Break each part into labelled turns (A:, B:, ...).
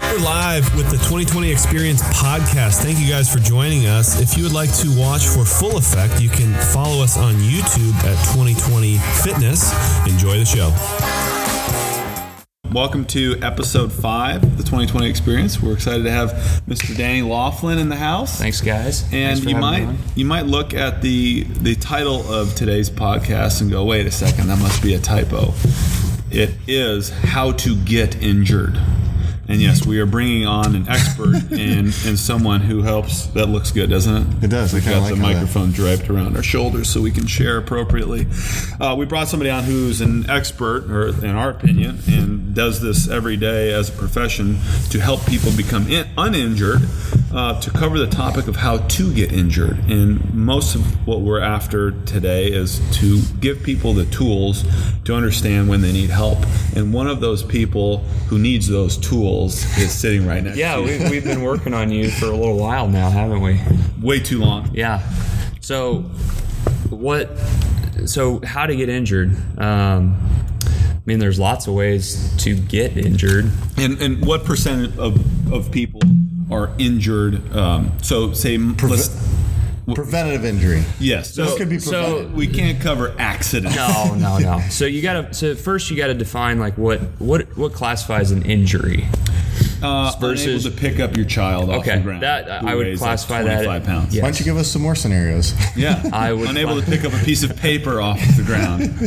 A: We're live with the 2020 Experience podcast. Thank you guys for joining us. If you would like to watch for full effect, you can follow us on YouTube at 2020 Fitness. Enjoy the show.
B: Welcome to episode five of the 2020 Experience. We're excited to have Mr. Danny Laughlin in the house.
C: Thanks, guys. Thanks
B: And
C: for
B: you
C: having me
B: might
C: on.
B: you might look at the the title of today's podcast and go, wait a second, that must be a typo. It is how to get injured. And yes, we are bringing on an expert and, and someone who helps. That looks good, doesn't it?
D: It does. I
B: We've
D: kinda
B: got
D: like
B: the
D: how that-
B: microphone draped around our shoulders so we can share appropriately. Uh, we brought somebody on who's an expert, or in our opinion, and does this every day as a profession to help people become in, uninjured. Uh, to cover the topic of how to get injured, and most of what we're after today is to give people the tools to understand when they need help. And one of those people who needs those tools is sitting right next
C: Yeah,
B: to you.
C: we, we've been working on you for a little while now, haven't we?
B: way too long.
C: Yeah. So, what? So, how to get injured? Um, I mean, there's lots of ways to get injured.
B: And, and what percent of, of people are injured? Um, so say let's-
D: Preventative injury.
B: yes. So
D: This could be
C: so-
D: prevented.
B: we can't cover accidents. Uh,
C: No, no, no. So you gotta. So first, you gotta define like what what what classifies an injury.
B: Uh,
C: Versus-
B: versus to pick up your child off
C: Okay,
B: the ground.
C: that-
B: who
C: I would
B: weighs
C: classify
B: like
C: that-
B: 25 pounds.
C: yeah.
D: Why don't you give us some more scenarios?
B: Yeah.
C: I would
B: unable to
C: class-
B: pick up a piece of paper off the ground.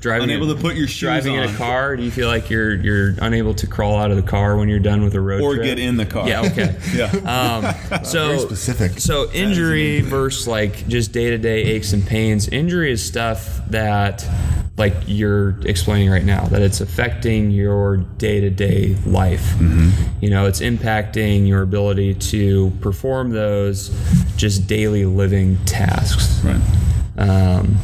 C: Driving
B: unable to put your shoes
C: driving in
B: on.
C: a car. Do you feel like you're you're unable to crawl out of the car when you're done with a road
B: Or
C: trip?
B: get in the car.
C: Yeah. Okay.
B: Yeah. Uh,
C: Um, so
D: Very specific.
C: So injury versus like just day to day aches and pains. Injury is stuff that like you're explaining right now that it's affecting your day to day life.
B: Mm-hmm.
C: You know, it's impacting your ability to perform those just daily living tasks.
B: Right.
C: Um,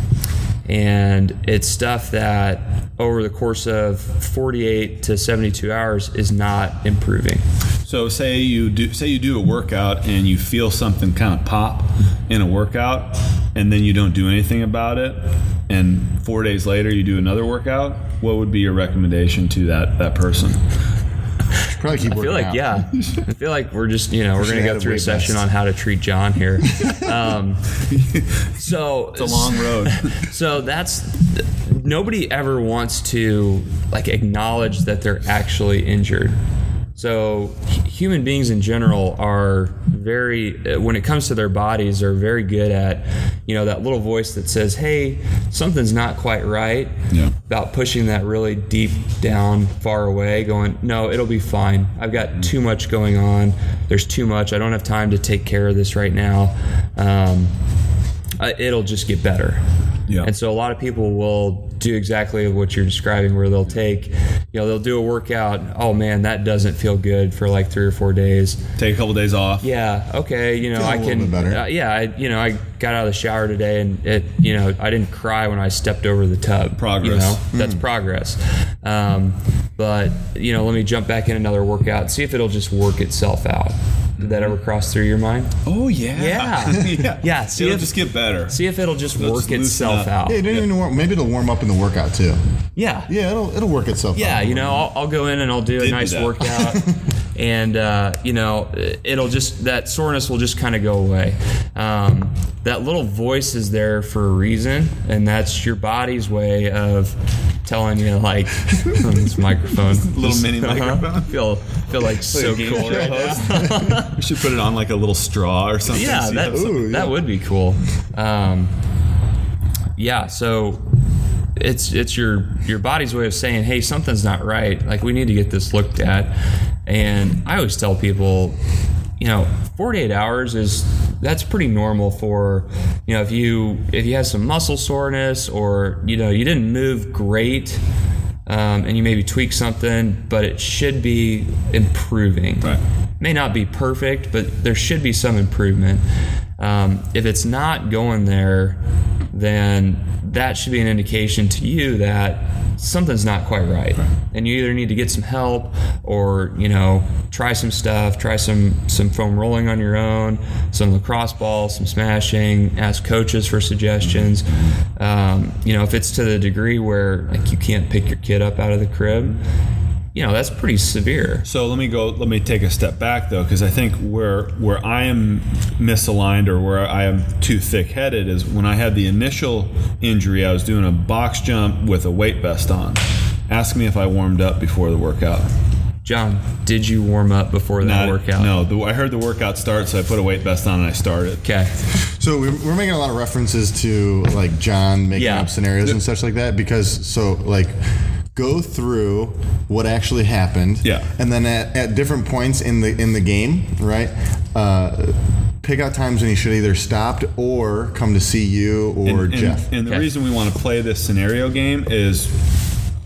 C: and it's stuff that over the course of 48 to 72 hours is not improving.
B: So say you do say you do a workout and you feel something kind of pop in a workout, and then you don't do anything about it, and four days later you do another workout. What would be your recommendation to that that person?
D: Probably keep
C: I feel like yeah. I feel like we're just you know we're gonna
D: Should've
C: go
D: had a
C: through a
D: weight
C: session
D: vest.
C: on how to treat John here. Um, so
B: It's a long road.
C: So that's nobody ever wants to like acknowledge that they're actually injured. So h- human beings in general are very uh, when it comes to their bodies are very good at you know that little voice that says hey something's not quite right
B: Yeah.
C: about pushing that really deep down far away going no it'll be fine i've got too much going on there's too much i don't have time to take care of this right now um, uh, it'll just get better
B: Yeah.
C: and so a lot of people will do exactly what you're describing where they'll take you know they'll do a workout oh man that doesn't feel good for like three or four days
B: Take a couple days off.
C: yeah okay you know
D: Feeling
C: i
D: a little
C: can
D: bit better.
C: uh, yeah I, you know i got out of the shower today and it you know i didn't cry when i stepped over the tub you
B: Progress.
C: know that's progress um, but you know let me jump back in another workout see if it'll just work itself out did that ever cross through your mind
B: Oh yeah.
C: Yeah.
B: yeah.
C: Yeah, see
B: It'll
C: if-
B: just get better.
C: see if it'll just
B: Let's
C: work
B: loosen
C: itself
B: up.
C: out
D: Yeah, it didn't even warm, maybe it'll warm up in the workout too.
C: yeah
D: Yeah, it'll it'll work itself.
C: Yeah,
D: out.
C: you know, I'll, I'll go in and I'll do a
B: do
C: nice
B: that.
C: workout, and uh, you know, it'll just that soreness will just kind of go away. Um, that little voice is there for a reason, and that's your body's way of telling you, like, on this microphone,
B: Little mini
C: Uh-huh.
B: microphone.
C: Feel feel like so
B: game
C: cool
B: show
C: right now.
B: We should put it on like a little straw or something.
C: Yeah,
B: See
C: that's,
B: how-
D: Ooh, yeah.
C: that would be cool. Um, yeah, so it's it's your your body's way of saying, hey, something's not right. Like we need to get this looked at. And I always tell people, you know, 48 hours is that's pretty normal for you know if you if you have some muscle soreness or you know you didn't move great. Um, and you maybe tweak something, but it should be improving
B: Right.
C: may not be perfect, but there should be some improvement. Um, if it's not going there, then that should be an indication to you that something's not quite right, and you either need to get some help or you know try some stuff, try some some foam rolling on your own, some lacrosse ball, some smashing, ask coaches for suggestions. Um, you know, if it's to the degree where like you can't pick your kid up out of the crib you know, that's pretty severe.
B: So let me go. Let me take a step back though, because I think where where I am misaligned or where I am too thick-headed is when I had the initial injury. I was doing a box jump with a weight vest on. Ask me if I warmed up before the workout.
C: John, did you warm up before that
B: Not-
C: workout?
B: No, the, I heard the workout start, so I put a weight vest on and I started.
C: Okay.
D: So we're, we're making a lot of references to like John making
C: Yeah.
D: up scenarios and such like that because so like go through what actually happened.
B: Yeah.
D: And then at, at different points in the in the game, right? Uh, pick out times when he should either stopped or come to see you or
B: and,
D: Jeff.
B: And the
C: Okay.
B: reason we want to play this scenario game is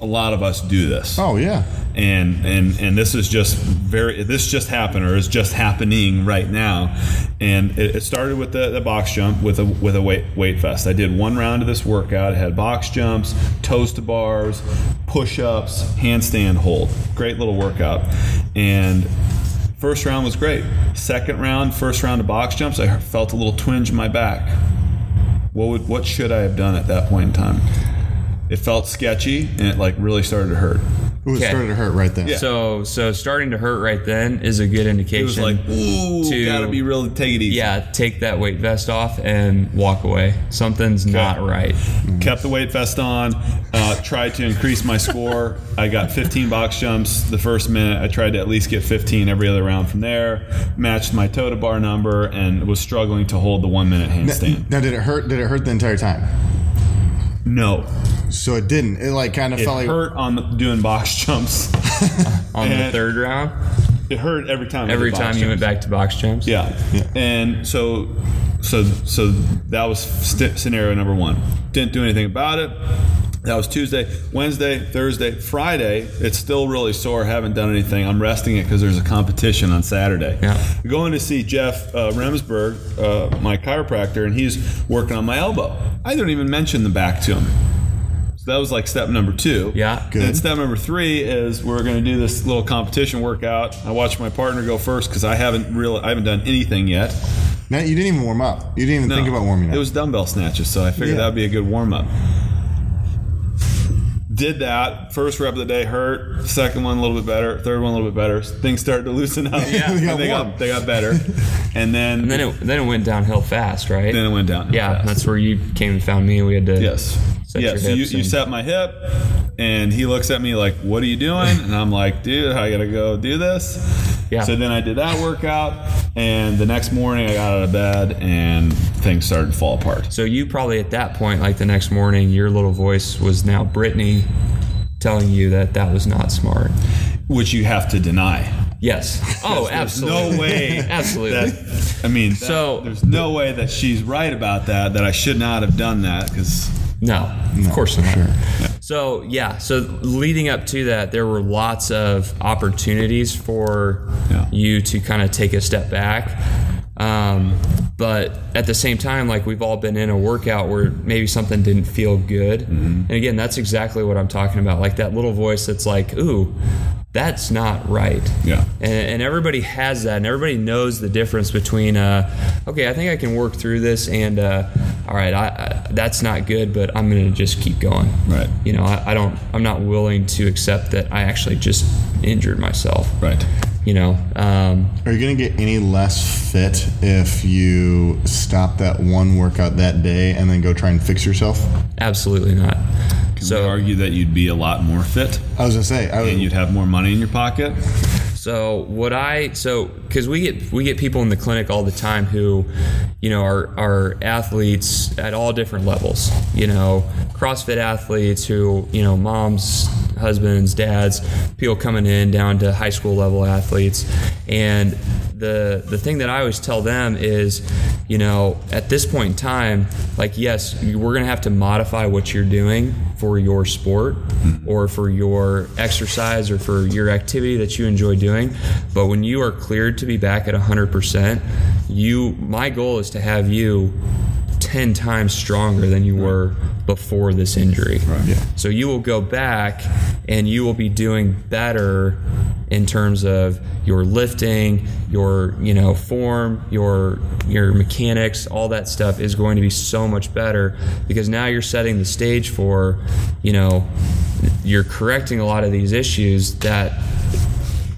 B: a lot of us do this.
D: oh yeah.
B: and and and this is just very this just happened or is just happening right now and it, it started with the, the box jump with a with a weight weight vest i did one round of this workout it had box jumps toes to bars push-ups handstand hold great little workout and first round was great second round first round of box jumps i felt a little twinge in my back what would what should i have done at that point in time it felt sketchy and it like really started to hurt
D: Ooh, it
C: Okay.
D: started to hurt right then.
C: So so starting to hurt right then is a good indication.
B: It was like, ooh,
C: to-
B: gotta be real, take it easy.
C: yeah, take that weight vest off and walk away. Something's not right.
B: Kept the weight vest on, uh, tried to increase my score. I got 15 box jumps the first minute. I tried to at least get 15 every other round from there. Matched my toe to bar number and was struggling to hold the one minute handstand.
D: Now did it hurt? Did it hurt the entire time?
B: No.
D: So it didn't. It like kind of
B: It
D: felt like
B: hurt on the, doing box jumps.
C: On the
B: And-
C: third round,
B: It hurt every time. I did
C: every
B: box
C: time you went
B: jumps.
C: back to box jumps.
B: Yeah. And so, so, so that was st- scenario number one. Didn't do anything about it. That was Tuesday, Wednesday, Thursday, Friday. It's still really sore. Haven't done anything. I'm resting it because there's a competition on Saturday.
C: Yeah.
B: Going to see Jeff uh, Remsburg, uh, my chiropractor, and he's working on my elbow. I didn't even mention the back to him. So that was like step number two.
C: Yeah.
D: Good.
B: And step number three is we're going to do this little competition workout. I watched my partner go first because I haven't really I haven't done anything yet.
D: Now, you didn't even warm up. You didn't even think
B: No.
D: about warming up.
B: It was dumbbell snatches, so I figured
D: Yeah.
B: that'd be a good warm up. Did that first rep of the day hurt. Second one a little bit better. Third one a little bit better. Things started to loosen up.
C: Yeah.
B: And
D: They got
B: they
D: warm.
B: got they got better. And then
C: And then it then it went downhill fast, right?
B: then it went down.
C: yeah, that's where you came and found me. We had to
B: Yes.
C: Set
B: yeah.
C: your
B: So you,
C: hips
B: you
C: and-
B: set my hip, and he looks at me like, "What are you doing?" And I'm like, "Dude, I gotta go do this."
C: Yeah.
B: So then I did that workout, and the next morning I got out of bed, and things started to fall apart.
C: So you probably at that point, like the next morning, your little voice was now Brittany telling you that that was not smart.
B: Which you have to deny.
C: Yes. Oh,
B: There's
C: absolutely.
B: No way.
C: Absolutely.
B: That, I mean, that-
C: So-
B: there's no way that she's right about that. That I should not have done that because
C: No, of course not.
D: sure.
C: So yeah, so leading up to that, there were lots of opportunities for
B: Yeah.
C: you to kind of take a step back. Um, but at the same time, like we've all been in a workout where maybe something didn't feel good, and again, that's exactly what I'm talking about. Like that little voice that's like, "Ooh, that's not right."
B: Yeah.
C: and, and everybody has that, and everybody knows the difference between, uh, okay, I think I can work through this, and uh, all right, I, I, that's not good, but I'm gonna just keep going.
B: Right.
C: You know, I, I don't, I'm not willing to accept that I actually just injured myself.
B: right.
C: You know, um,
D: Are you going to get any less fit if you stop that one workout that day and then go try and fix yourself?
C: absolutely not.
B: So
C: so,
B: argue that you'd be a lot more fit
D: I was going to say, I
B: and
D: would,
B: you'd have more money in your pocket.
C: So what I so because we get we get people in the clinic all the time who, you know, are are athletes at all different levels. You know, CrossFit athletes who you know moms, husbands, dads, people coming in down to high school level athletes, and the the thing that I always tell them is, you know, at this point in time, like yes, we're gonna have to modify what you're doing for your sport or for your exercise or for your activity that you enjoy doing. But when you are cleared to be back at 100%, you my goal is to have you 10 times stronger than you were before this injury.
B: Right.
D: Yeah.
C: So you will go back and you will be doing better in terms of your lifting, your you know form, your your mechanics, all that stuff is going to be so much better because now you're setting the stage for, you know, you're correcting a lot of these issues that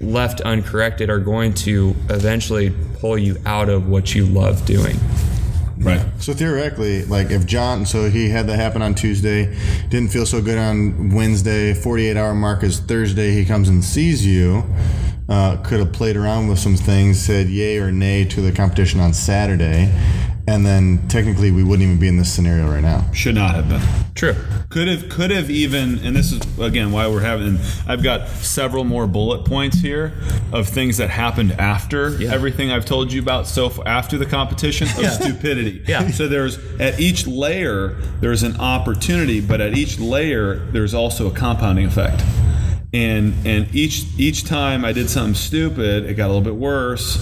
C: left uncorrected are going to eventually pull you out of what you love doing.
B: Right.
D: So theoretically, like if John, so he had that happen on Tuesday, didn't feel so good on Wednesday. Forty-eight hour mark is Thursday. He comes and sees you. Uh, could have played around with some things, said yay or nay to the competition on Saturday, and then technically we wouldn't even be in this scenario right now.
B: Should not have been.
C: True.
B: Could have, could have even, and this is again why we're having. I've got several more bullet points here of things that happened after
C: Yeah.
B: everything I've told you about. So f- after the competition of stupidity.
C: Yeah.
B: So there's at each layer there's an opportunity, but at each layer there's also a compounding effect. And and each each time I did something stupid, it got a little bit worse.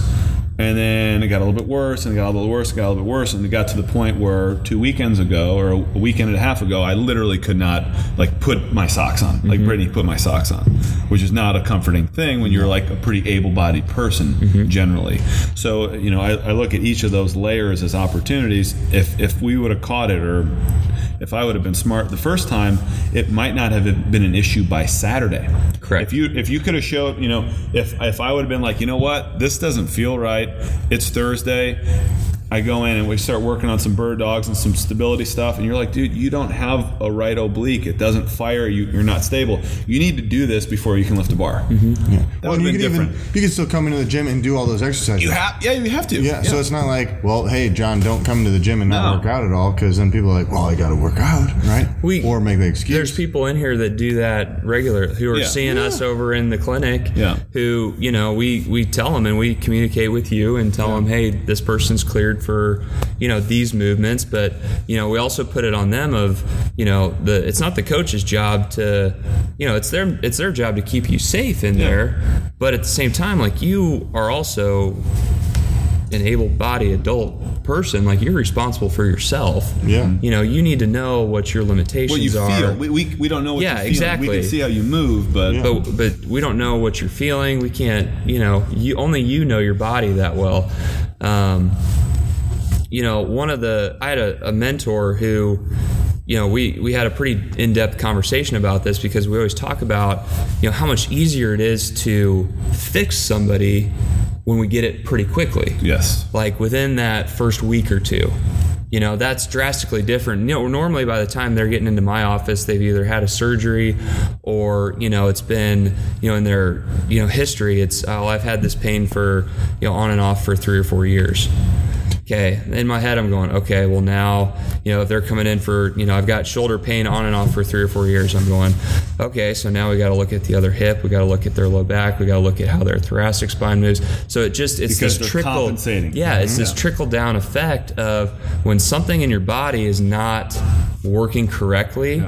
B: And then it got a little bit worse, and it got a little worse, and got a little bit worse, and it got to the point where two weekends ago, or a weekend and a half ago, I literally could not like put my socks on. Like Brittany put my socks on, which is not a comforting thing when you're like a pretty able-bodied person generally. So you know, I, I look at each of those layers as opportunities. If if we would have caught it, or if I would have been smart the first time, it might not have been an issue by Saturday.
C: Correct.
B: If you you- if you could have showed you know if if I would have been like you know what this doesn't feel right it's Thursday I go in and we start working on some bird dogs and some stability stuff and you're like dude you don't have a right oblique it doesn't fire you you're not stable you need to do this before you can lift a bar
C: Mm-hmm.
B: that would
D: and
B: have
D: you
B: been
D: could
B: different
D: even you could still come into the gym and do all those exercises.
B: you have yeah you have to
D: Yeah, so it's not like, well, hey, John, don't come to the gym and not
B: No.
D: work out at all, because then people are like, well, I got to work out, right?
C: We-
D: or make the excuse.
C: There's people in here that do that regularly who are
B: Yeah.
C: seeing us over in the clinic.
B: Yeah.
C: Who you know we we tell them and we communicate with you and tell them, hey, this person's cleared for you know these movements, but you know we also put it on them of you know the it's not the coach's job to you know it's their it's their job to keep you safe in there, but at the same time like you are also an able-bodied adult person like you're responsible for yourself
D: Yeah.
C: you know you need to know what your limitations
B: what you
C: are
B: feel we, we, we don't know what
C: Yeah,
B: you feel we
C: exactly.
B: can see how you move but
D: Yeah.
C: but but we don't know what you're feeling. We can't, you know, you only you know your body that well. Um, you know, one of the I had a, a mentor who, you know, we we had a pretty in depth conversation about this because we always talk about, you know, how much easier it is to fix somebody when we get it pretty quickly
B: yes
C: like within that first week or two. You know, that's drastically different. You know, normally by the time they're getting into my office, they've either had a surgery or, you know, it's been, you know, in their, you know, history, it's, oh, I've had this pain for, you know, on and off for three or four years. Okay. In my head, I'm going, okay, well, now, you know, if they're coming in for, you know, I've got shoulder pain on and off for three or four years, I'm going, okay, so now we got to look at the other hip. We got to look at their low back. We got to look at how their thoracic spine moves. So it just, it's
B: Because
C: this
B: they're
C: trickle.
B: compensating.
C: Yeah, it's this trickle down effect of when something in your body is not working correctly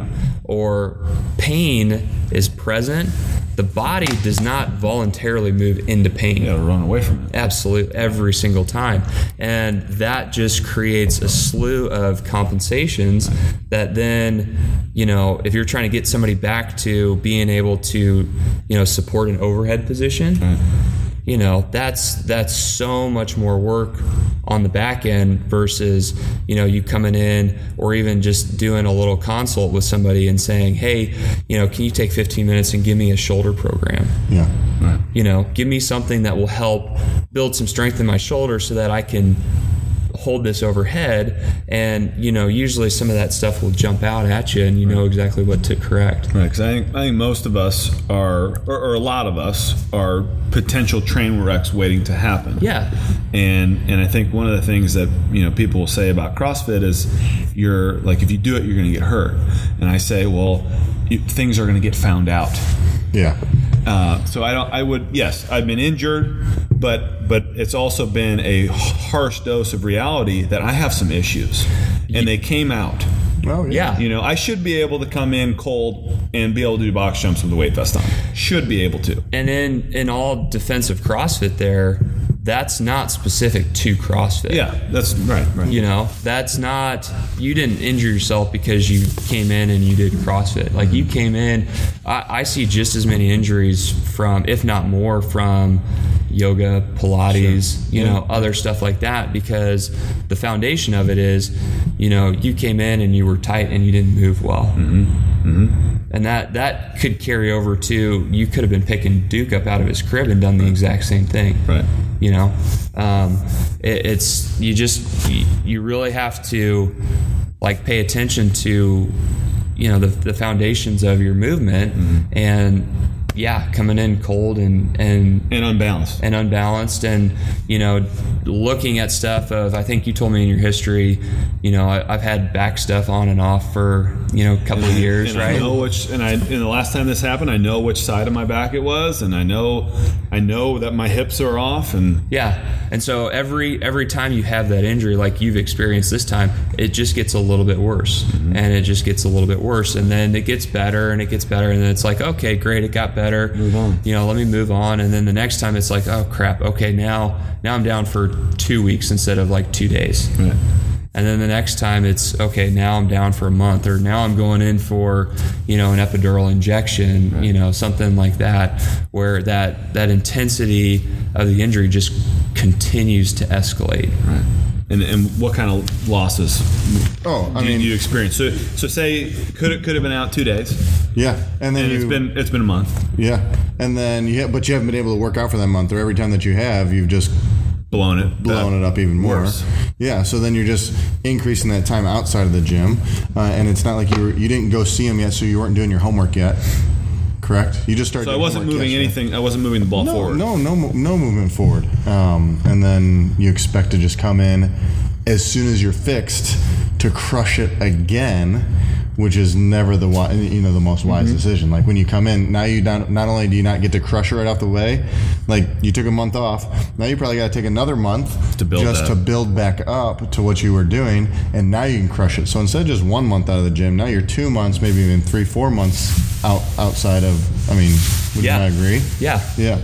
C: or pain is present, the body does not voluntarily move into pain.
B: you gotta run away from it
C: Absolutely, every single time. And that just creates a slew of compensations that then, you know, if you're trying to get somebody back to being able to, you know, support an overhead position, you know, that's that's so much more work on the back end versus, you know, you coming in or even just doing a little consult with somebody and saying, "Hey, you know, can you take 15 minutes and give me a shoulder program?"
D: yeah.
C: you know give me something that will help build some strength in my shoulder so that i can hold this overhead and you know usually some of that stuff will jump out at you and you know exactly what to correct
B: Right, because I think, I think most of us are, or, or a lot of us are potential train wrecks waiting to happen.
C: yeah
B: And and I think one of the things that you know people will say about CrossFit is you're like if you do it you're going to get hurt. And I say, well, you, things are going to get found out.
D: Yeah.
B: Uh, so I don't. I would yes, I've been injured, but but it's also been a harsh dose of reality that I have some issues, and they came out.
D: Oh,
C: yeah
B: You know, I should be able to come in cold and be able to do box jumps with a weight vest on. Should be able to.
C: and in in all defensive CrossFit, there that's not specific to CrossFit.
B: Yeah, that's right. Right.
C: You know, that's not you didn't injure yourself because you came in and you did CrossFit. Like
B: Mm-hmm.
C: you came in, I, I see just as many injuries from, if not more, from yoga, Pilates, you know, other stuff like that because the foundation of it is, you know, you came in and you were tight and you didn't move well.
B: Mm-hmm.
C: And that, that could carry over to you could have been picking Duke up out of his crib and done the exact same thing
B: Right.
C: you know um, it, it's you just you- you really have to like pay attention to you know the, the foundations of your movement and yeah coming in cold and and
B: And unbalanced.
C: and unbalanced and you know looking at stuff of i think you told me in your history you know I, i've had back stuff on and off for you know a couple of years
B: and
C: right
B: I know which, and I, and the last time this happened, I know which side of my back it was, and I know, I know that my hips are off, and
C: Yeah, and so every every time you have that injury, like you've experienced this time, it just gets a little bit worse, and it just gets a little bit worse, and then it gets better, and it gets better, and then it's like, okay, great, it got better. Move
B: on.
C: You know, let me move on, and then the next time it's like, oh crap, okay, now now I'm down for two weeks instead of like two days. And then the next time it's okay. Now I'm down for a month, or now I'm going in for, you know, an epidural injection, you know, something like that, where that that intensity of the injury just continues to escalate.
B: and, and what kind of losses
D: Oh, I
B: do
D: mean,
B: you experience? So, so say could it could have been out two days,
D: yeah, and then
B: and
D: you,
B: it's been it's been a month,
D: yeah, and then yeah, but you haven't been able to work out for that month, or every time that you have, you've just
B: blown it,
D: blown it up even more.
B: Worse.
D: Yeah, so then you're just increasing that time outside of the gym, uh, and it's not like you were, you didn't go see him yet, so you weren't doing your homework yet. Correct. You just started.
B: So I
D: doing
B: wasn't
D: homework
B: moving
D: yesterday.
B: anything. I wasn't moving the ball
D: No,
B: forward.
D: no, no, mo- no movement forward. Um, and then you expect to just come in as soon as you're fixed to crush it again, which is never the wi- you know the most wise
B: Mm-hmm.
D: decision. Like when you come in now, you not, not only do you not get to crush it right off the way, like you took a month off. Now you probably got to take another month
B: To build
D: just
B: that.
D: to build back up to what you were doing, and now you can crush it. So instead of just one month out of the gym, now you're two months, maybe even three, four months out outside of. I mean, would
C: Yeah.
D: you not agree?
C: Yeah.
D: Yeah,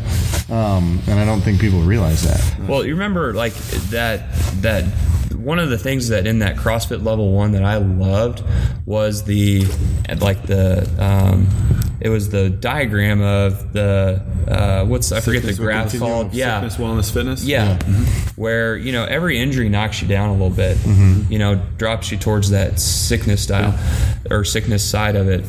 D: um, and I don't think people realize that.
C: Well, you remember like that that one of the things that in that CrossFit level one that I loved was the like the um, it was the diagram of the uh, what's I forget the
D: Sickness will
C: graph
D: continue.
C: called yeah
B: Fitness, wellness, fitness.
C: yeah, where you know every injury knocks you down a little bit.
B: Mm-hmm.
C: You know, drops you towards that sickness style or sickness side of it.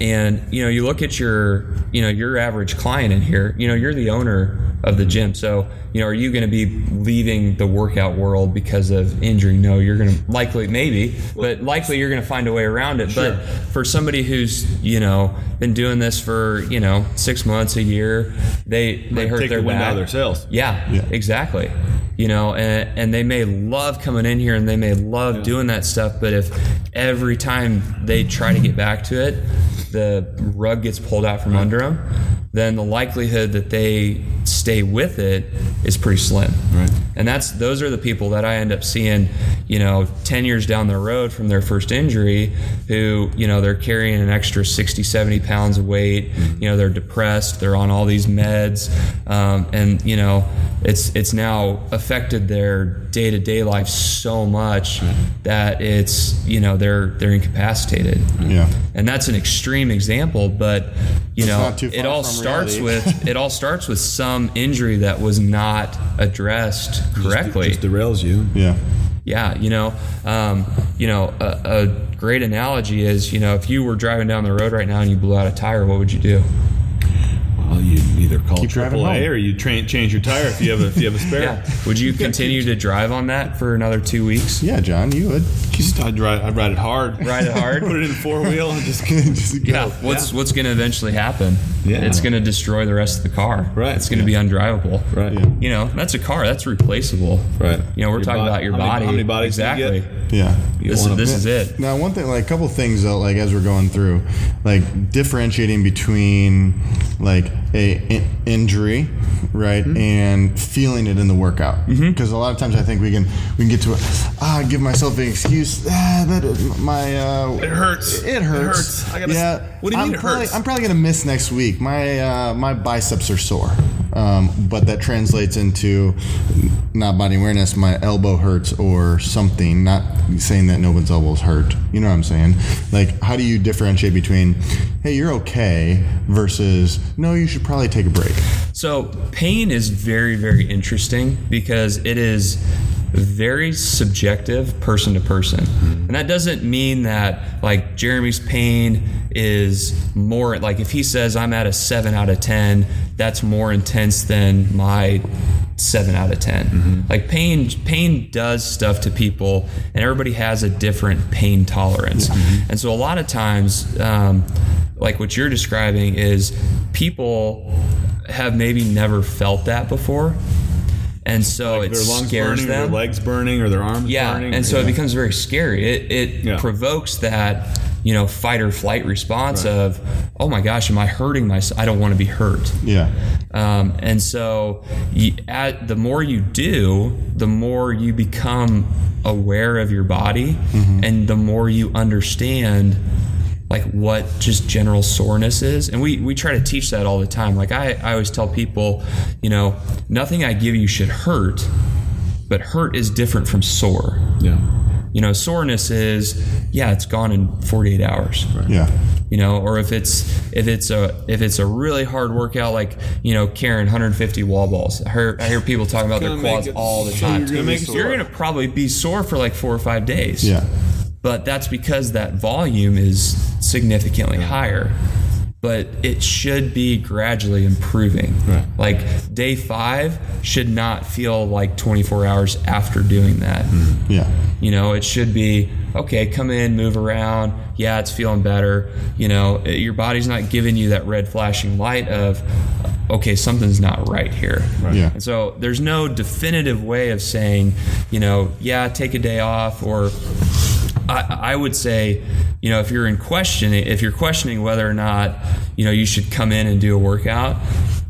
C: And you know, you look at your you know your average client in here. You know, you're the owner of the gym, so you know, are you going to be leaving the workout world because of injury? No, you're going to likely maybe, but likely you're going to find a way around it. But for somebody who's you know been doing this for you know six months a year, they they hurt
B: take
C: their
B: the wind
C: back.
B: out of their sails.
C: Yeah,
D: Yeah.
C: exactly. You know, and, and they may love coming in here and they may love doing that stuff, but if every time they try to get back to it, the rug gets pulled out from under 'em, under them, then the likelihood that they stay with it is pretty slim.
B: Right.
C: And that's those are the people that I end up seeing, you know, 10 years down the road from their first injury who, you know, they're carrying an extra 60, 70 pounds of weight, you know, they're depressed, they're on all these meds. Um, and, you know, it's, it's now affected their day to day life so much that it's, you know, they're, they're incapacitated.
D: Yeah,
C: And that's an extreme example, but you
D: That's
C: know,
D: not too far
C: it all
D: from
C: starts
D: reality.
C: with it all starts with some injury that was not addressed correctly.
B: Just derails you.
D: yeah,
C: yeah, you know, um, you know, a, a great analogy is you know, if you were driving down the road right now and you blew out a tire, what would you do?
B: Well, you either call
D: Keep driving home.
B: AAA or you train, change your tire if you have a, if you have a spare.
C: Yeah, would you continue to drive on that for another two weeks?
D: yeah. John, you would.
B: Just- I'd ride, I'd ride it hard.
C: Ride it hard?
B: Put it in four wheel and just.
D: Just go.
C: Yeah, what's what's going to eventually happen?
B: Yeah.
C: it's going to destroy the rest of the car.
B: Right.
C: it's going to be undrivable.
B: Right.
D: Yeah.
C: You know, that's a car. That's replaceable.
B: Right.
C: You know, we're
B: Your
C: talking
B: bod-
C: about your
B: how many-
C: body.
B: how many bodies do you get?
C: exactly.
D: yeah.
B: You
C: This,
B: wanna-
C: this is it.
D: Now, one thing, like a couple things though, like as we're going through, like differentiating between like a in- injury, right,
C: Mm-hmm.
D: and feeling it in the workout. Because a lot of times I think we can we can get to a, ah, give myself an excuse. Ah, that my uh, it
B: hurts.
D: It
B: It
D: hurts.
B: hurts. I gotta-
D: yeah.
B: What do you
D: I'm
B: mean it
D: probably,
B: hurts?
D: I'm probably gonna miss next week. My uh, my biceps are sore. Um, but that translates into not body awareness. My elbow hurts or something. Not saying that no one's elbows hurt. You know what I'm saying? Like, how do you differentiate between, hey, you're okay, versus no, you should probably take a break.
C: So pain is very, very interesting because it is very subjective person to person. And that doesn't mean that like Jeremy's pain is more like if he says I'm at a 7 out of 10, that's more intense than my 7 out of 10.
B: Mm-hmm.
C: Like pain pain does stuff to people and everybody has a different pain tolerance.
B: Mm-hmm.
C: And so a lot of times um, like what you're describing is people have maybe never felt that before. And so it
B: their lungs
C: scares
B: burning, or
C: them.
B: their legs burning, or their arms
C: yeah.
B: burning.
C: And so
B: yeah.
C: it becomes very scary. It, it
B: Yeah.
C: provokes that, you know, fight or flight response of, oh my gosh, am I hurting myself? I don't want to be hurt.
D: Yeah.
C: Um, and so you, at, the more you do, the more you become aware of your body and the more you understand like what just general soreness is. And we, we try to teach that all the time. Like I, I always tell people, you know, nothing I give you should hurt, but hurt is different from sore.
B: yeah,
C: You know, soreness is, yeah, it's gone in 48 hours
D: Yeah.
C: you know or if it's if it's a if it's a really hard workout like you know Karen 150 wall balls I hear, I hear people talking about their
B: Gonna make
C: quads
B: it-
C: all the
B: so
C: time
B: you're gonna make it
C: you're
B: sore.
C: gonna probably be sore for like four or five days
D: Yeah.
C: but that's because that volume is significantly higher but it should be gradually improving
B: Right.
C: like day five should not feel like 24 hours after doing that
D: Yeah.
C: you know, it should be okay. Come in, move around. Yeah, it's feeling better. You know, it- your body's not giving you that red flashing light of okay, something's not right here.
D: Yeah.
C: And so there's no definitive way of saying, you know, yeah, take a day off or. I, I would say, you know, if you're in questioning, if you're questioning whether or not, you know, you should come in and do a workout,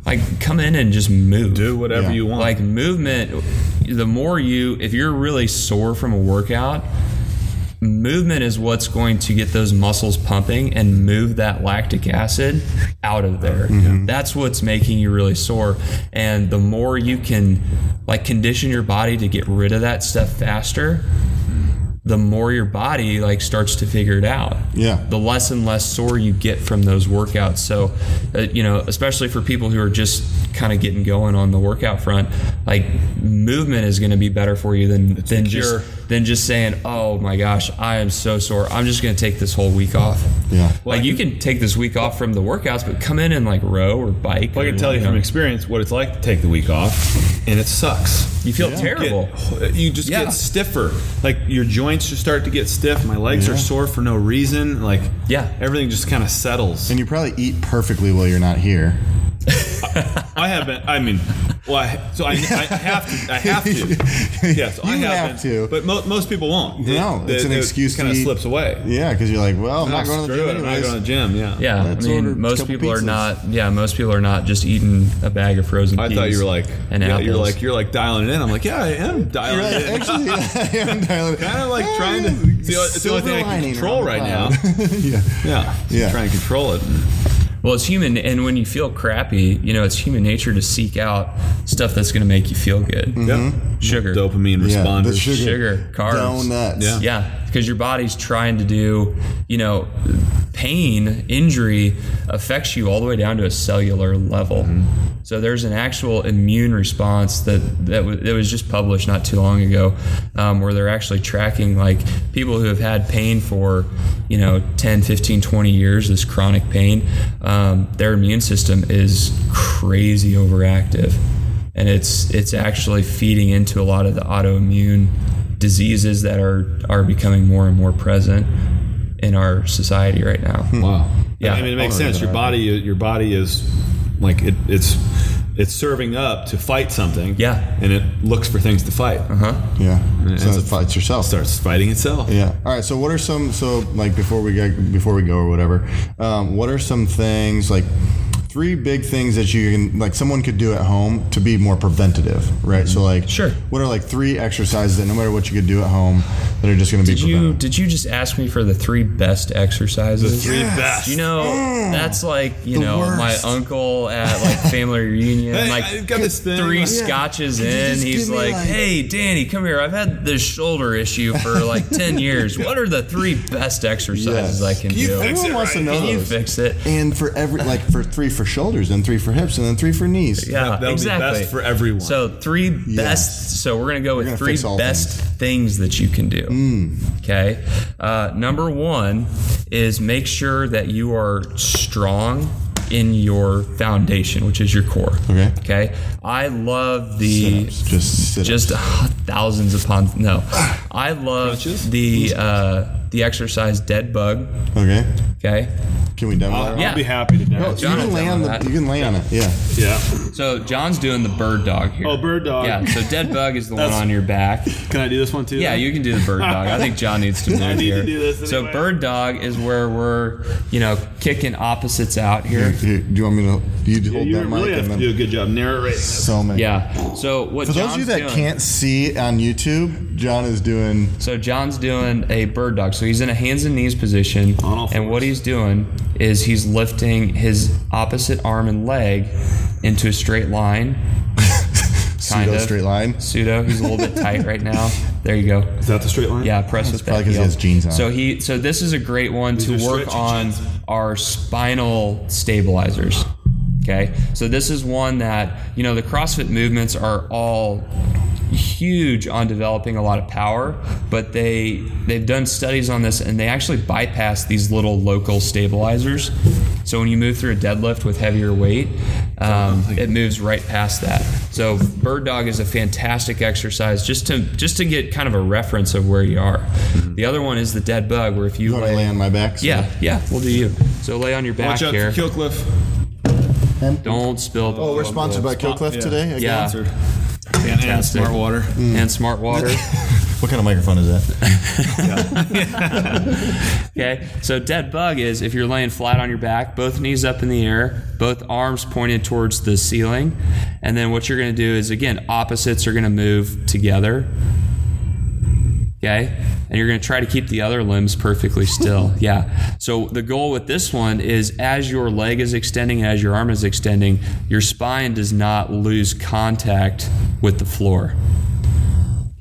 C: like come in and just move.
B: do whatever
D: Yeah.
B: you want.
C: Like movement, the more you, if you're really sore from a workout, movement is what's going to get those muscles pumping and move that lactic acid out of there.
B: Mm-hmm.
C: That's what's making you really sore. And the more you can, like, condition your body to get rid of that stuff faster, the more your body like starts to figure it out.
D: Yeah.
C: The less and less sore you get from those workouts. So, uh, you know, especially for people who are just kind of getting going on the workout front, like movement is going to be better for you than than
B: the cure.
C: just than just saying, "Oh my gosh, I am so sore. I'm just going to take this whole week off."
D: Yeah.
C: like you can take this week off from the workouts, but come in and like row or bike.
B: Well, I
C: or,
B: can tell you
C: know,
B: from experience what it's like to take the week off, and it sucks.
C: you feel
B: get-
C: terrible.
B: you just
C: Yeah.
B: get stiffer. Like your joints just start to get stiff. My legs are
D: Yeah.
B: sore for no reason. Like
C: Yeah.
B: everything just kind of settles.
D: And you probably eat perfectly while you're not here.
B: I haven't. I mean, well, I, so I, I have to. I have to. Yes, I
D: You
B: have,
D: have to.
B: But mo- most people won't.
D: No, it's an excuse to
B: Kind of
D: eat-
B: slips away.
D: Yeah, because you're like, well, I'm not going to the
B: Screw
D: gym
B: it, I'm not
D: anyways.
B: going to the gym. Yeah.
C: Yeah,
D: Let's
C: I
D: order a
C: mean, most
D: couple
C: people
D: pizzas.
C: are not. Yeah, most people are not just eating a bag of frozen.
B: I thought
C: peas
B: you were like,
C: and
B: yeah,
C: apples.
B: you're like, you're like dialing it in. I'm like, yeah, I am dialing
D: You're
B: it
D: right.
B: in.
D: Actually, I am Tyler.
B: kind of like
D: Yeah,
B: trying to.
D: yeah.
B: It's the, it's the
D: Silver
B: only thing I can
D: lining
B: control right now.
D: around the cloud. yeah.
B: Yeah,
D: Yeah.
B: Trying to control it.
C: well, it's human, and when you feel crappy, you know, it's human nature to seek out stuff that's going to make you feel good.
B: Mm-hmm. Yeah.
C: Sugar,
B: Dopamine
D: Mm-hmm. Yeah. The
B: responders.
D: sugar,
C: sugar, carbs,
D: donuts.
B: Yeah.
C: Yeah, because your body's trying to do, you know, pain, injury affects you all the way down to a cellular level. So there's an actual immune response that that, w- that was just published not too long ago, um, where they're actually tracking like people who have had pain for, you know, 10, 15, 20 years, this chronic pain, um, their immune system is crazy overactive and it's it's actually feeding into a lot of the autoimmune diseases that are are becoming more and more present in our society right now.
B: Wow.
C: Yeah.
B: I mean, it makes
D: Oh,
B: sense. Your body, your body is like it, it's it's serving up to fight something.
C: Yeah. Uh-huh.
B: And it looks for things to fight.
D: Yeah.
B: it's
D: So
B: a-
D: it fights yourself.
B: Starts fighting itself.
D: Yeah. All right. So, what are some? So, like before we get before we go or whatever, um, what are some things like? three big things that you can like someone could do at home to be more preventative, right? So like,
C: Sure.
D: What are like three exercises that no matter what you could do at home that are just going to be
C: Did you
D: preventative?
C: did you just ask me for the three best exercises?
B: Three best.
C: You know, that's like you
D: the
C: know
D: worst.
C: my uncle at like family reunion,
B: Hey,
C: like
B: I've got this thing,
C: three
B: like-
C: scotches
D: you
C: in.
D: just
C: He's
D: give me,
C: like,
D: like-
C: "Hey, Danny, come here. I've had this shoulder issue for like ten years. What are the three best exercises
D: Yes.
C: I can,
B: you
C: do?
B: fix
D: Everyone
B: it,
D: wants to
B: right?
D: know
C: can you
D: those.
C: fix it?
D: and for every like for three for shoulders and three for hips and then three for knees.
C: Yeah,
B: That'll be
C: exactly.
B: best for everyone.
C: So three best. So we're gonna go with
D: gonna
C: three
D: fix all Mm.
C: best things. that you can do. Okay. Uh, number one is make sure that you are strong in your foundation, which is your core.
D: Okay.
C: Okay. I love the
D: Sit-ups, just sit
C: just thousands upon no. I love
B: Crunches?
C: the uh, the exercise dead bug.
D: Okay,
C: Okay.
D: can we demo that?
B: I'll
C: Yeah.
B: be happy to do
D: No,
B: it.
D: you can lay on the, you can lay on it. Yeah.
B: Yeah.
C: So John's doing the bird dog here.
B: Oh, bird dog.
C: Yeah. So dead bug is the one
B: That's-
C: on your back.
B: Can I do this one too?
C: Yeah, you can do the bird dog. I think John needs to move
B: need
C: here.
B: to do this
C: so
B: anyway.
C: bird dog is where we're, you know, kicking opposites out here.
D: Here, do you want me to? You hold
B: You
D: that mic
B: really have
D: and
B: to
D: then
B: do a good job narrating this.
D: so many.
C: Yeah. So what
D: For
C: John's
D: those of you that
C: doing,
D: can't see on YouTube, John is doing
C: So John's doing a bird dog. So he's in a hands and knees position,
B: On all
C: and what he's doing is he's lifting his opposite arm and leg into a straight line. kind
D: pseudo
C: of
D: straight line.
C: Pseudo. He's a little bit tight right now. There you go.
B: Is that the straight line?
C: Yeah, press with
D: probably
C: that
D: 'cause he
C: heel.
D: has jeans on.
C: So he, so this is a great one to
B: are
C: work
B: stretchy
C: on
B: jeans.
C: our spinal stabilizers. Okay, so this is one that you know the CrossFit movements are all huge on developing a lot of power, but they they've done studies on this and they actually bypass these little local stabilizers. So when you move through a deadlift with heavier weight, um, it moves right past that. So bird dog is a fantastic exercise just to just to get kind of a reference of where you are. The other one is the dead bug, where if you,
D: You want me to lay on my back? So
C: yeah, yeah, we'll do you. So lay on your back
B: Watch out
C: here.
B: for Killcliff.
C: Don't spill. The
D: Oh, we're
C: blood.
D: sponsored by Killcliff
B: yeah.
D: today. Again?
C: Yeah.
B: Answered. And, and
C: Fantastic.
B: smart water.
C: and smart water.
D: Mm. What kind of microphone is that?
C: Okay, so dead bug is if you're laying flat on your back, both knees up in the air, both arms pointed towards the ceiling, and then what you're going to do is again opposites are going to move together. Okay, and you're going to try to keep the other limbs perfectly still. yeah. So the goal with this one is as your leg is extending, as your arm is extending, your spine does not lose contact with the floor.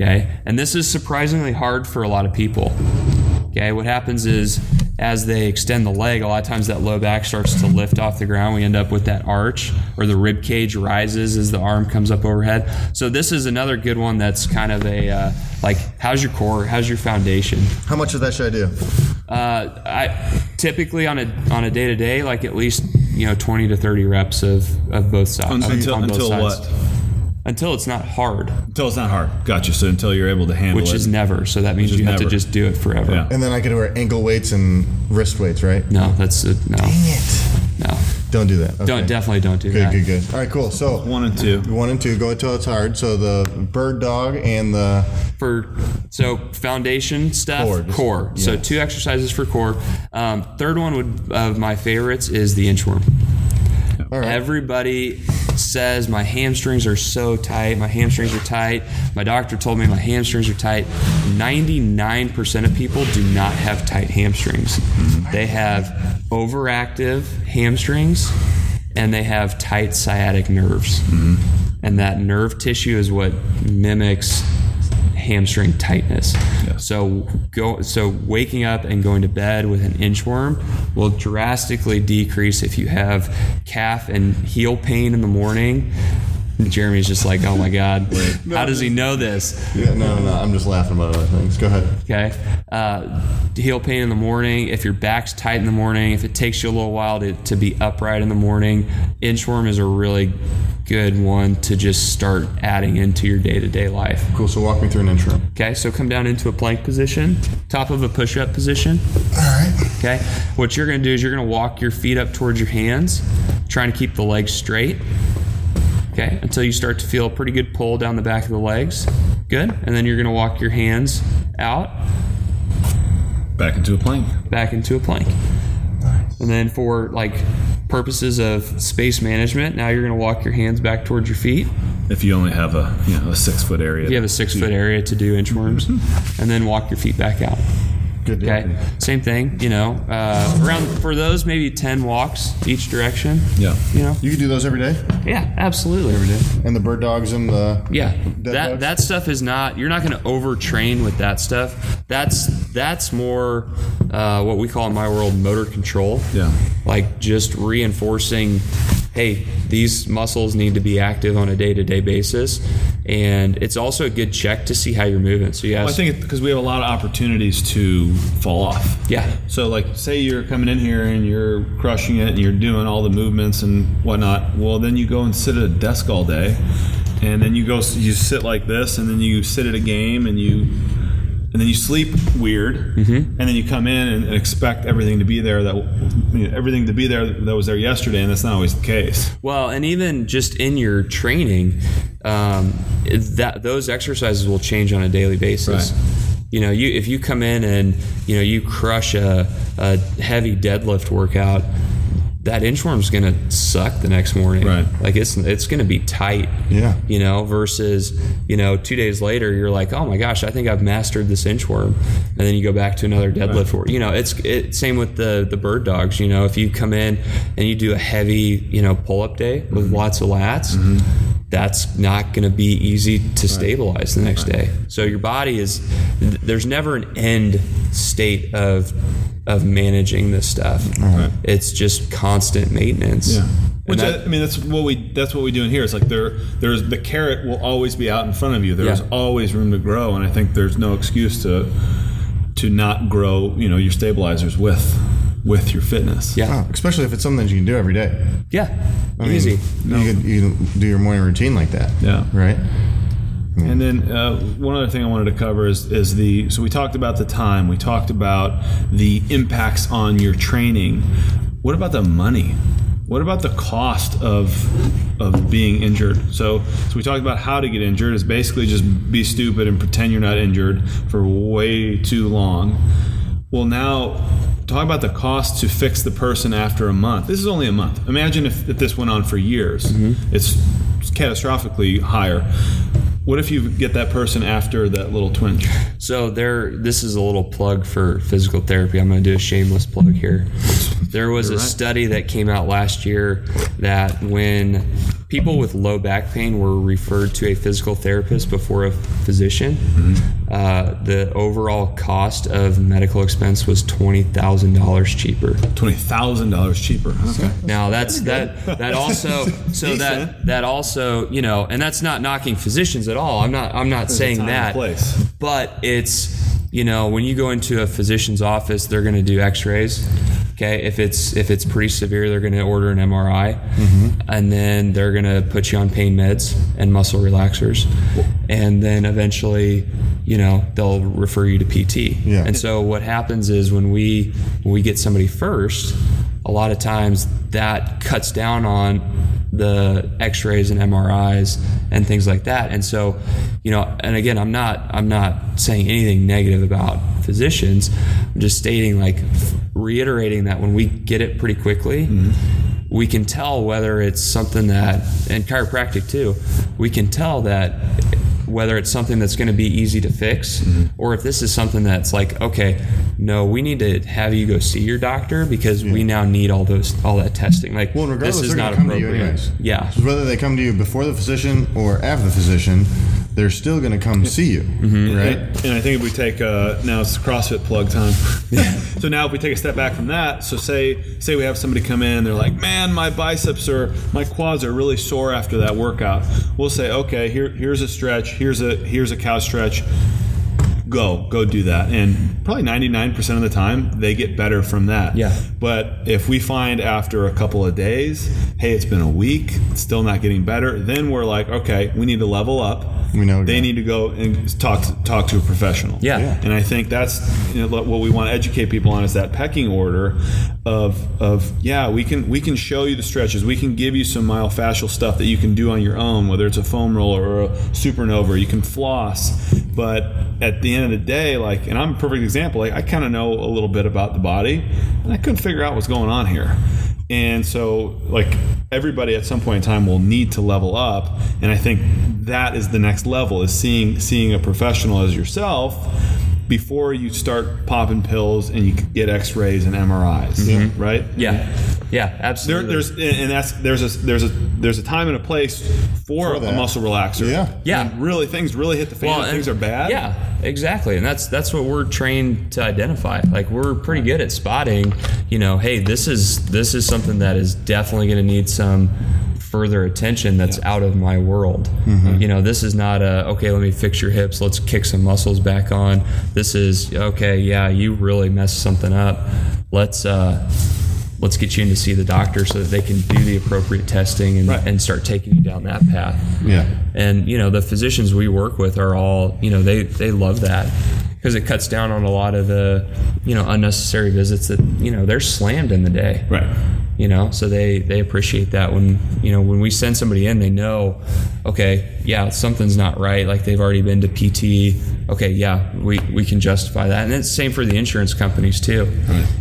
C: Okay, and this is surprisingly hard for a lot of people. Okay, what happens is as they extend the leg, a lot of times that low back starts to lift off the ground. We end up with that arch, or the rib cage rises as the arm comes up overhead. So this is another good one that's kind of a uh, like, how's your core? How's your foundation?
D: How much of that should I do?
C: Uh, I typically on a on a day to day, like at least you know twenty to thirty reps of of both sides. of-
B: Until,
C: on both
B: until
C: sides.
B: what?
C: Until it's not hard,
B: Until it's not hard. Gotcha. So until you're able to handle
C: which
B: it.
C: is never. So that means
B: is
C: you have to
B: never.
C: just do it forever.
B: Yeah.
D: And then I could wear ankle weights and wrist weights, right?
C: No, that's a, no,
D: it.
C: no.
D: Don't do that. Okay.
C: Don't definitely don't do
D: Good,
C: that.
D: good, good. All right, cool. So
B: one and two.
D: one and two go until it's hard. So the bird dog and the
C: For so foundation stuff,
D: Core,
C: core.
D: just-
C: So
D: yeah.
C: two exercises for core. Um, third one would of my favorites is the inchworm.
D: all right.
C: Everybody says my hamstrings are so tight. My hamstrings are tight. My doctor told me my hamstrings are tight. 99% of people do not have tight hamstrings.
D: Mm-hmm.
C: They have overactive hamstrings and they have tight sciatic nerves.
D: Mm-hmm.
C: And that nerve tissue is what mimics hamstring tightness. So go so waking up and going to bed with an inchworm will drastically decrease if you have calf and heel pain in the morning. Jeremy's just like, "Oh my god. How does he know this?"
D: Yeah, no, no, I'm just laughing about other things. Go ahead.
C: Okay. Uh, heel pain in the morning. If your back's tight in the morning, if it takes you a little while to, to be upright in the morning, inchworm is a really good one to just start adding into your day to day life.
D: Cool. So walk me through an intro.
C: Okay, so come down into a plank position, top of a push up position.
D: All right.
C: Okay, what you're gonna do is you're gonna walk your feet up towards your hands, trying to keep the legs straight. Okay, until you start to feel a pretty good pull down the back of the legs. Good, and then you're gonna walk your hands out
B: Back into a plank.
C: back into a plank. And then for like purposes of space management, now you're going to walk your hands back towards your feet.
B: If you only have a you know a six foot area,
C: You have a six foot area to do inchworms, and then walk your feet back out.
D: Good.
C: Okay, same thing. You know, uh, around for those maybe ten walks each direction.
B: yeah.
C: You know,
D: You could do those every day,
C: yeah, absolutely every day.
D: and the bird dogs and the
C: Yeah,
D: Dead
C: that
D: bugs?
C: that stuff is not. You're not going to overtrain with that stuff. That's that's more uh, what we call in my world motor control.
B: Yeah.
C: like just reinforcing. Hey, these muscles need to be active on a day to day basis, and it's also a good check to see how you're moving. So yeah,
B: Well, I think because we have a lot of opportunities to fall off.
C: yeah,
B: So, like, say you're coming in here and you're crushing it and you're doing all the movements and whatnot. Well, then you go and sit at a desk all day, and then you go you sit like this, and then you sit at a game and you and then you sleep weird, and then you come in and, and expect everything to be there that you know, everything to be there that was there yesterday, and that's not always the case.
C: Well, and even just in your training, um, that those exercises will change on a daily basis.
B: Right.
C: You know, you if you come in and you know you crush a, a heavy deadlift workout, that inchworm's going to suck the next morning.
B: Right.
C: Like it's it's going to be tight.
D: Yeah.
C: You know, versus you know two days later you're like, oh my gosh, I think I've mastered this inchworm, and then you go back to another deadlift. work. You know, it's it, same with the the bird dogs. You know, if you come in and you do a heavy you know pull up day
B: Mm-hmm.
C: with lots of lats. That's not going to be easy to stabilize the next day. So your body is th- there's never an end state of of managing this stuff. It's just constant maintenance.
B: Yeah.
C: And
B: Which
C: that-
B: I, I mean, that's what we that's what we do in here. It's like there there's the carrot will always be out in front of you. There's
C: Yeah.
B: always room to grow, and I think there's no excuse to to not grow. You know, your stabilizers with with your fitness.
C: yeah.
D: Oh, especially if it's something that you can do every day.
C: Yeah.
D: I mean,
C: Easy.
D: You could you can do your morning routine like that.
B: Yeah.
D: Right.
B: And then uh, one other thing I wanted to cover is is the so we talked about the time. We talked about the impacts on your training. What about the money? What about the cost of of being injured? So, so we talked about how to get injured is basically just be stupid and pretend you're not injured for way too long. Well, now talk about the cost to fix the person after a month. This is only a month. Imagine if, if this went on for years. It's catastrophically higher. What if you get that person after that little twinge?
C: So there, this is a little plug for physical therapy. I'm going to do a shameless plug here. There was a study that came out last year that when people with low back pain were referred to a physical therapist before a physician,
B: Mm-hmm.
C: uh, the overall cost of medical expense was twenty thousand dollars cheaper.
B: Twenty thousand dollars cheaper. Okay.
C: Now that's that that also so that
B: Decent.
C: that also you know, and that's not knocking physicians at all. I'm not I'm not saying
B: time and
C: that
B: place.
C: but it's you know when you go into a physician's office they're going to do x-rays okay if it's if it's pretty severe they're going to order an mri and then they're going to put you on pain meds and muscle relaxers and then eventually you know they'll refer you to pt
D: Yeah.
C: and so what happens is when we when we get somebody first a lot of times that cuts down on the x-rays and MRIs and things like that. And so, you know, and again, I'm not I'm not saying anything negative about physicians. I'm just stating like reiterating that when we get it pretty quickly, we can tell whether it's something that and chiropractic too, we can tell that whether it's something that's going to be easy to fix
D: Mm-hmm.
C: or if this is something that's like okay no we need to have you go see your doctor because we now need all those all that testing like
D: Well, and regardless,
C: this is
D: they're
C: not
D: gonna come to you
C: appropriate
D: anyways.
C: yeah
D: So whether they come to you before the physician or after the physician, they're still going to come see you.
C: Mm-hmm.
D: Right.
B: And I think if we take uh, now it's CrossFit plug time. so now if we take a step back from that, so say say we have somebody come in, they're like, man, my biceps are my quads are really sore after that workout. We'll say, okay, here here's a stretch, here's a here's a cow stretch. Go go do that, and probably ninety nine percent of the time they get better from that.
C: Yeah.
B: But if we find after a couple of days, hey, it's been a week, it's still not getting better, then we're like, okay, we need to level up.
D: We know
B: they
D: that.
B: need to go and talk to, talk to a professional.
C: Yeah. Yeah.
B: And I think that's you know, what we want to educate people on is that pecking order of of yeah, we can we can show you the stretches. We can give you some myofascial stuff that you can do on your own, whether it's a foam roller or a supernova, you can floss. But at the end of the day, like and I'm a perfect example, like I kind of know a little bit about the body and I couldn't figure out what's going on here. And so, like, everybody at some point in time will need to level up. And I think that is the next level is seeing seeing a professional as yourself before you start popping pills and you get X-rays and MRIs, right?
C: Yeah, yeah,
B: There,
C: absolutely.
B: there's and and that's there's a there's a there's a time and a place for, a
D: that.
B: muscle relaxer.
D: Yeah.
C: Yeah.
B: When really things really hit the fan. and
C: and-
B: things are bad.
C: Yeah, exactly, and that's that's what we're trained to identify. Like we're pretty good at spotting. You know, hey, this is this is something that is definitely going to need some further attention. That's out of my world.
B: Mm-hmm.
C: You know, this is not a okay. Let me fix your hips. Let's kick some muscles back on. This is okay. Yeah, you really messed something up. Let's. uh Let's get you in to see the doctor so that they can do the appropriate testing and,
B: Right.
C: and start taking you down that path
D: Yeah.
C: and you know the physicians we work with are all you know they they love that because it cuts down on a lot of the you know unnecessary visits that you know they're slammed in the day
B: Right.
C: you know so they they appreciate that when you know when we send somebody in they know okay yeah something's not right like they've already been to pt okay yeah we we can justify that and it's the same for the insurance companies too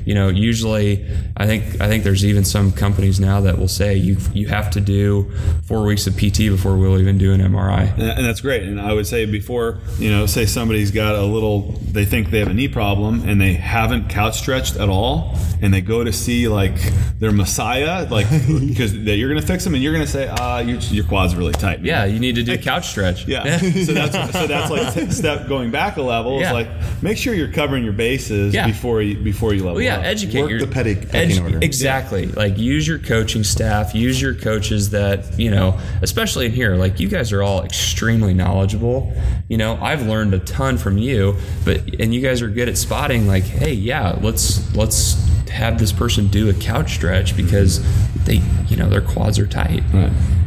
C: you know usually i think i think there's even some companies now that will say you you have to do four weeks of pt before we'll even do an mri
B: and and that's great. And I would say before, you know, say somebody's got a little, they think they have a knee problem and they haven't couch stretched at all, and they go to see like their messiah, like because you're going to fix them, and you're going to say, ah, your, your quads are really tight.
C: yeah you need to do couch stretch
B: Yeah. so that's so that's like t- step going back a level.
C: Yeah.
B: Is like make sure you're covering your bases
C: Yeah.
B: before you before you level
C: Well, Oh, yeah,
B: up.
C: educate
D: Work
C: your
D: the petty- pecking order.
C: Exactly. Like use your coaching staff, use your coaches that you know, especially in here. Like you guys are all extremely knowledgeable. You know, I've learned a ton from you, but and you guys are good at spotting. Like, hey, yeah, let's let's have this person do a couch stretch because they, you know, their quads are tight.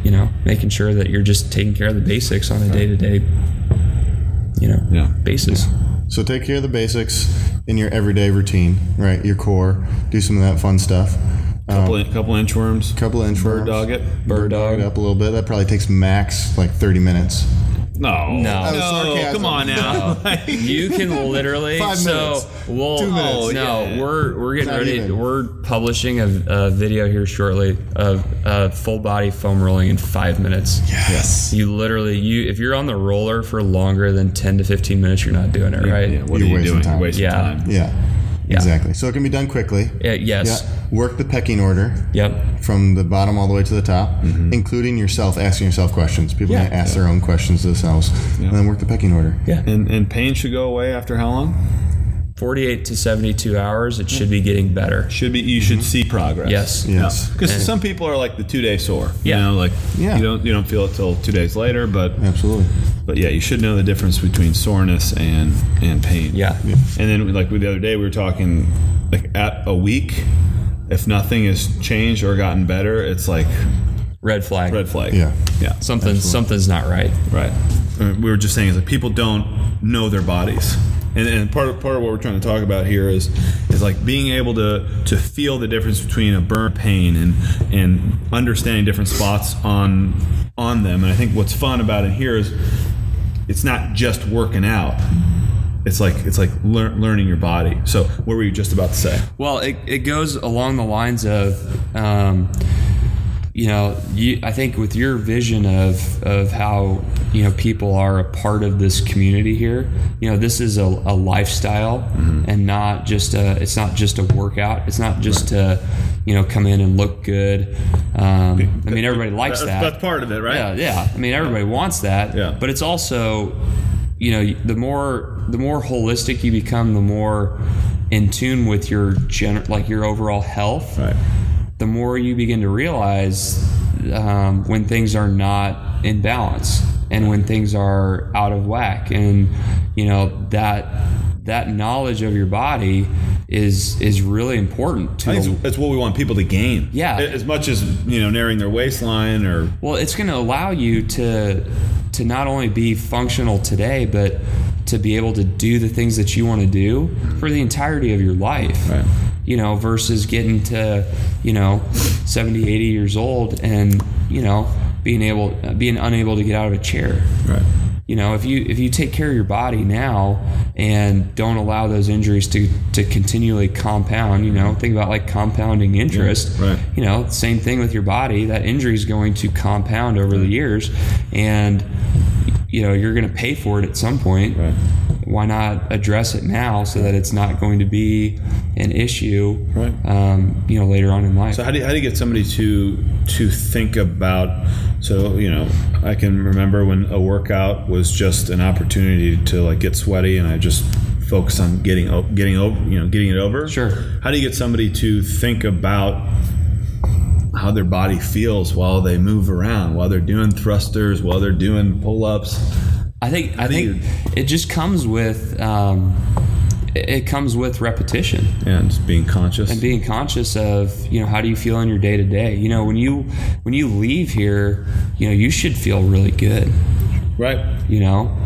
C: You know, making sure that you're just taking care of the basics on a day to day, you know,
B: Yeah.
C: basis.
D: So take care of the basics in your everyday routine, right? Your core, do some of that fun stuff.
B: couple couple inchworms,
D: Um, couple inch
B: bird dog it.
D: bird dog it up a little bit. That probably takes max like 30 minutes.
B: No,
C: No.
D: sarcasm.
B: come on now.
C: You can literally
D: Five minutes.
C: so we'll
D: Two minutes.
C: oh, no
B: Yeah.
C: we're we're getting
D: Not
C: ready
D: even.
C: we're publishing a, a video here shortly of uh, full body foam rolling in five minutes.
D: Yes.
C: You literally you if you're on the roller for longer than ten to fifteen minutes you're not doing it right.
B: Yeah,
C: Yeah,
B: what
D: You're
B: are you
D: wasting
B: doing?
D: time.
B: You're wasting
C: Yeah.
B: time.
D: Yeah. Exactly. So it can be done quickly.
C: yes.
D: Work the pecking order.
C: Yep.
D: From the bottom all the way to the top, including yourself, asking yourself questions. People
C: Yeah.
D: might ask their own questions themselves, and then work the pecking order.
C: Yeah.
B: And and pain should go away after how long?
C: Forty eight to seventy two hours it should be getting better.
B: should be you should see progress.
C: Yes.
D: Yes.
B: Because some people are like the two day sore.
C: Yeah.
B: You know, like
D: Yeah.
B: you don't you don't feel it till two days later, but
D: Absolutely.
B: but yeah, you should know the difference between soreness and and pain.
C: Yeah. Yeah.
B: And then like the other day we were talking like at a week, if nothing has changed or gotten better, it's like
C: Red flag.
B: red flag.
D: Yeah.
B: Yeah.
C: Something something's not right.
B: Right. Uh, We were just saying is that people don't know their bodies. And, and part of part of what we're trying to talk about here is is like being able to to feel the difference between a burn pain and and understanding different spots on on them. And I think what's fun about it here is it's not just working out. It's like it's like lear- learning your body. So what were you just about to say?
C: Well, it, it goes along the lines of, um, you know, you, I think with your vision of of how you know people are a part of this community here. You know, this is a, a lifestyle
B: Mm-hmm.
C: and not just a. It's not just a workout. It's not just to, you know, come in and look good. Um, I mean, everybody likes
B: That's-
C: that.
B: That's part of it, right?
C: Yeah, yeah. I mean, everybody wants that.
B: Yeah.
C: But it's also, you know, the more the more holistic you become, the more in tune with your gen- like your overall health.
B: Right.
C: The more you begin to realize um, when things are not in balance and when things are out of whack, and you know that that knowledge of your body is is really important to
B: I
C: a-
B: think it's, it's what we want people to gain.
C: Yeah.
B: As much as you know, narrowing their waistline or
C: Well, it's going to allow you to to not only be functional today, but to be able to do the things that you want to do for the entirety of your life.
B: Right.
C: You know, versus getting to, you know, 70, 80 years old and, you know, being able being unable to get out of a chair.
B: right.
C: You know, know, if you if you take care of your body now and don't allow those injuries to to continually compound, you know, think about like compounding interest.
E: right.
C: You know, same thing with your body. That injury is going to compound over the years, and you know you're going to pay for it at some point.
E: Right.
C: Why not address it now so that it's not going to be an issue,
E: Right.
C: um, you know, later on in life.
B: So how do you, how do you get somebody to to think about? So you know, I can remember when a workout was just an opportunity to like get sweaty, and I just focused on getting o- getting over, you know, getting it over.
C: Sure.
B: How do you get somebody to think about? How their body feels while they move around, while they're doing thrusters, while they're doing pull-ups.
C: I think I think it just comes with um, it it comes with repetition
B: and just being conscious.
C: and being conscious of you know how do you feel in your day to day. You know when you when you leave here, you know you should feel really good.
B: right.
C: You know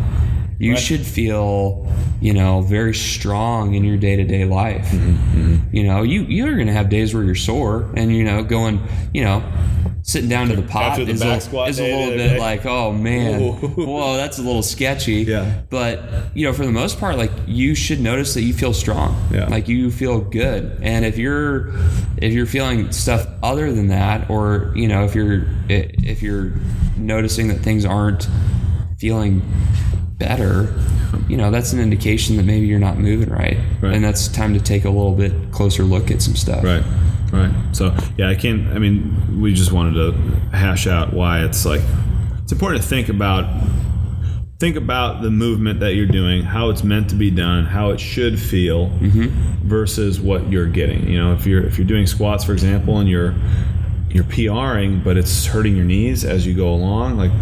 C: you should feel you know very strong in your day to day life.
B: Mm-hmm,
C: You know you you're gonna have days where you're sore and you know going you know. Sitting down to the pot
B: After the
C: is,
B: back
C: a,
B: squat
C: is
B: day
C: a
B: the
C: little
B: other
C: bit
B: day.
C: like, oh man,
B: Ooh.
C: whoa, that's a little sketchy.
B: Yeah.
C: But you know, for the most part, like you should notice that you feel strong.
B: Yeah.
C: Like you feel good. And if you're if you're feeling stuff other than that, or you know, if you're i- if you're noticing that things aren't feeling better, you know, that's an indication that maybe you're not moving right.
B: Right.
C: And that's time to take a little bit closer look at some stuff.
B: Right. Right. So yeah, I can't. I mean, we just wanted to hash out why it's like it's important to think about think about the movement that you're doing, how it's meant to be done, how it should feel, versus what you're getting. You know, if you're if you're doing squats, for example, and you're you're PRing, but it's hurting your knees as you go along, like.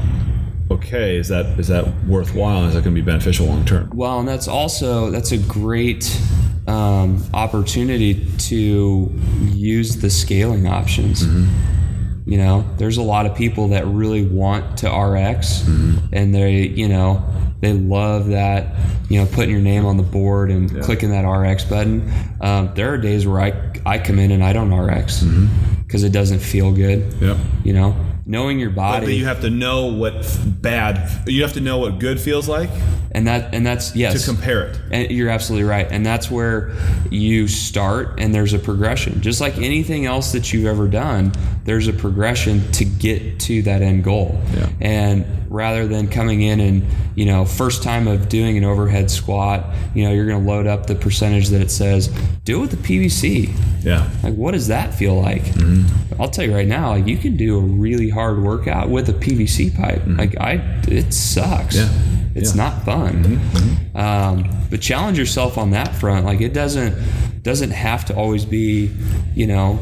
B: Okay, is that is that worthwhile? Is that going to be beneficial long term?
C: Well, and that's also that's a great um, opportunity to use the scaling options.
B: Mm-hmm.
C: You know, there's a lot of people that really want to RX,
B: Mm-hmm.
C: and they, you know, they love that. You know, putting your name on the board and clicking that RX button. Um, there are days where I I come in and I don't RX
B: Mm-hmm.
C: because it doesn't feel good.
B: Yep.
C: You know, knowing your body.
B: But you have to know what f- bad. You have to know what good feels like
C: and that and that's yes
B: to compare it.
C: And you're absolutely right. And that's where you start and there's a progression. Just like anything else that you've ever done, there's a progression to get to that end goal.
B: Yeah.
C: And rather than coming in and, you know, first time of doing an overhead squat, you know, you're going to load up the percentage that it says, do it with the PVC.
B: Yeah.
C: Like, what does that feel like?
B: Mm-hmm.
C: I'll tell you right now, like, you can do a really hard workout with a PVC pipe. Like, I, it sucks.
B: Mm-hmm. Yeah.
C: It's
B: Yeah. Mm-hmm.
C: not fun. Um, but challenge yourself on that front. Like, it doesn't doesn't have to always be, you know,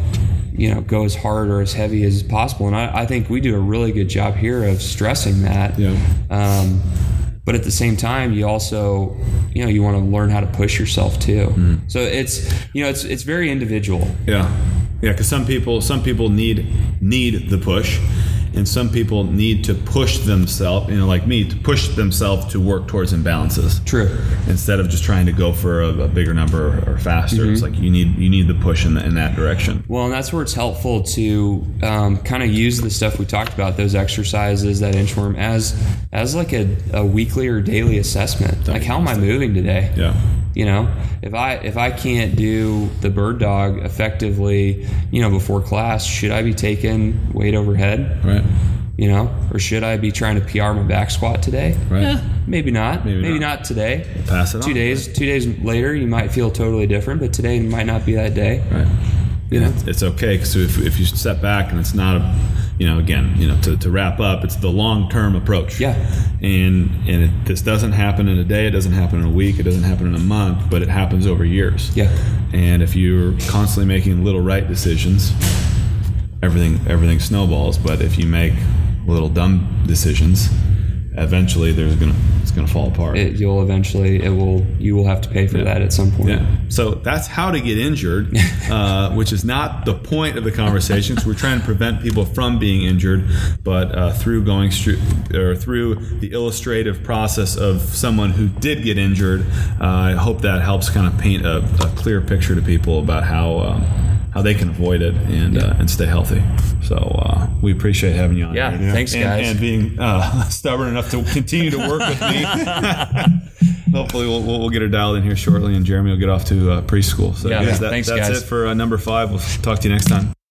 C: you know, go as hard or as heavy as possible. And I, I think we do a really good job here of stressing that.
B: Yeah.
C: Um, but at the same time, you also, you know, you want to learn how to push yourself too.
B: Mm-hmm.
C: So it's, you know, it's it's very individual.
B: Yeah, yeah. Because some people, some people need need the push, and some people need to push themselves. You know, like me, to push themselves to work towards imbalances
C: True.
B: instead of just trying to go for a, a bigger number or faster. It's
C: Mm-hmm.
B: like you need you need the push in, the, in that direction.
C: Well, and that's where it's helpful to um, kind of use the stuff we talked about, those exercises, that inchworm, as as like a, a weekly or daily assessment. Like, how am I moving today?
B: Yeah,
C: You know, if I if I can't do the bird dog effectively, you know, before class, should I be taking weight overhead?
B: right,
C: You know, or should I be trying to PR my back squat today?
B: right.
C: Maybe not. Maybe,
B: not.
C: not. today.
B: Pass it
C: Two
B: on,
C: days. Two days later, you might feel totally different, but today might not be that day.
B: Right.
C: You know.
B: It's- It's okay because if, if you step back and it's not a, you know, again, you know, to, to wrap up, it's the long term approach.
C: Yeah.
B: And and it, this doesn't happen in a day. It doesn't happen in a week. It doesn't happen in a month. But it happens over years.
C: Yeah.
B: And if you're constantly making little right decisions, everything everything snowballs. But if you make little dumb decisions, eventually there's gonna it's gonna fall apart.
C: it, you'll eventually it will you will have to pay for that at some point.
B: Yeah. So that's how to get injured, uh, which is not the point of the conversation. 'cause we're trying to prevent people from being injured, but uh, through going stru- or through the illustrative process of someone who did get injured, uh, I hope that helps kind of paint a, a clear picture to people about how um, how they can avoid it and uh, and stay healthy. So. So uh, we appreciate having you on.
C: Yeah,
B: here.
C: thanks,
B: and,
C: guys.
B: And being uh, stubborn enough to continue to work with me. Hopefully, we'll, we'll, we'll get her dialed in here shortly, and Jeremy will get off to uh, preschool. So,
C: Yeah,
B: guys,
C: thanks,
B: that's
C: guys.
B: it for uh, number five. We'll talk to you next time.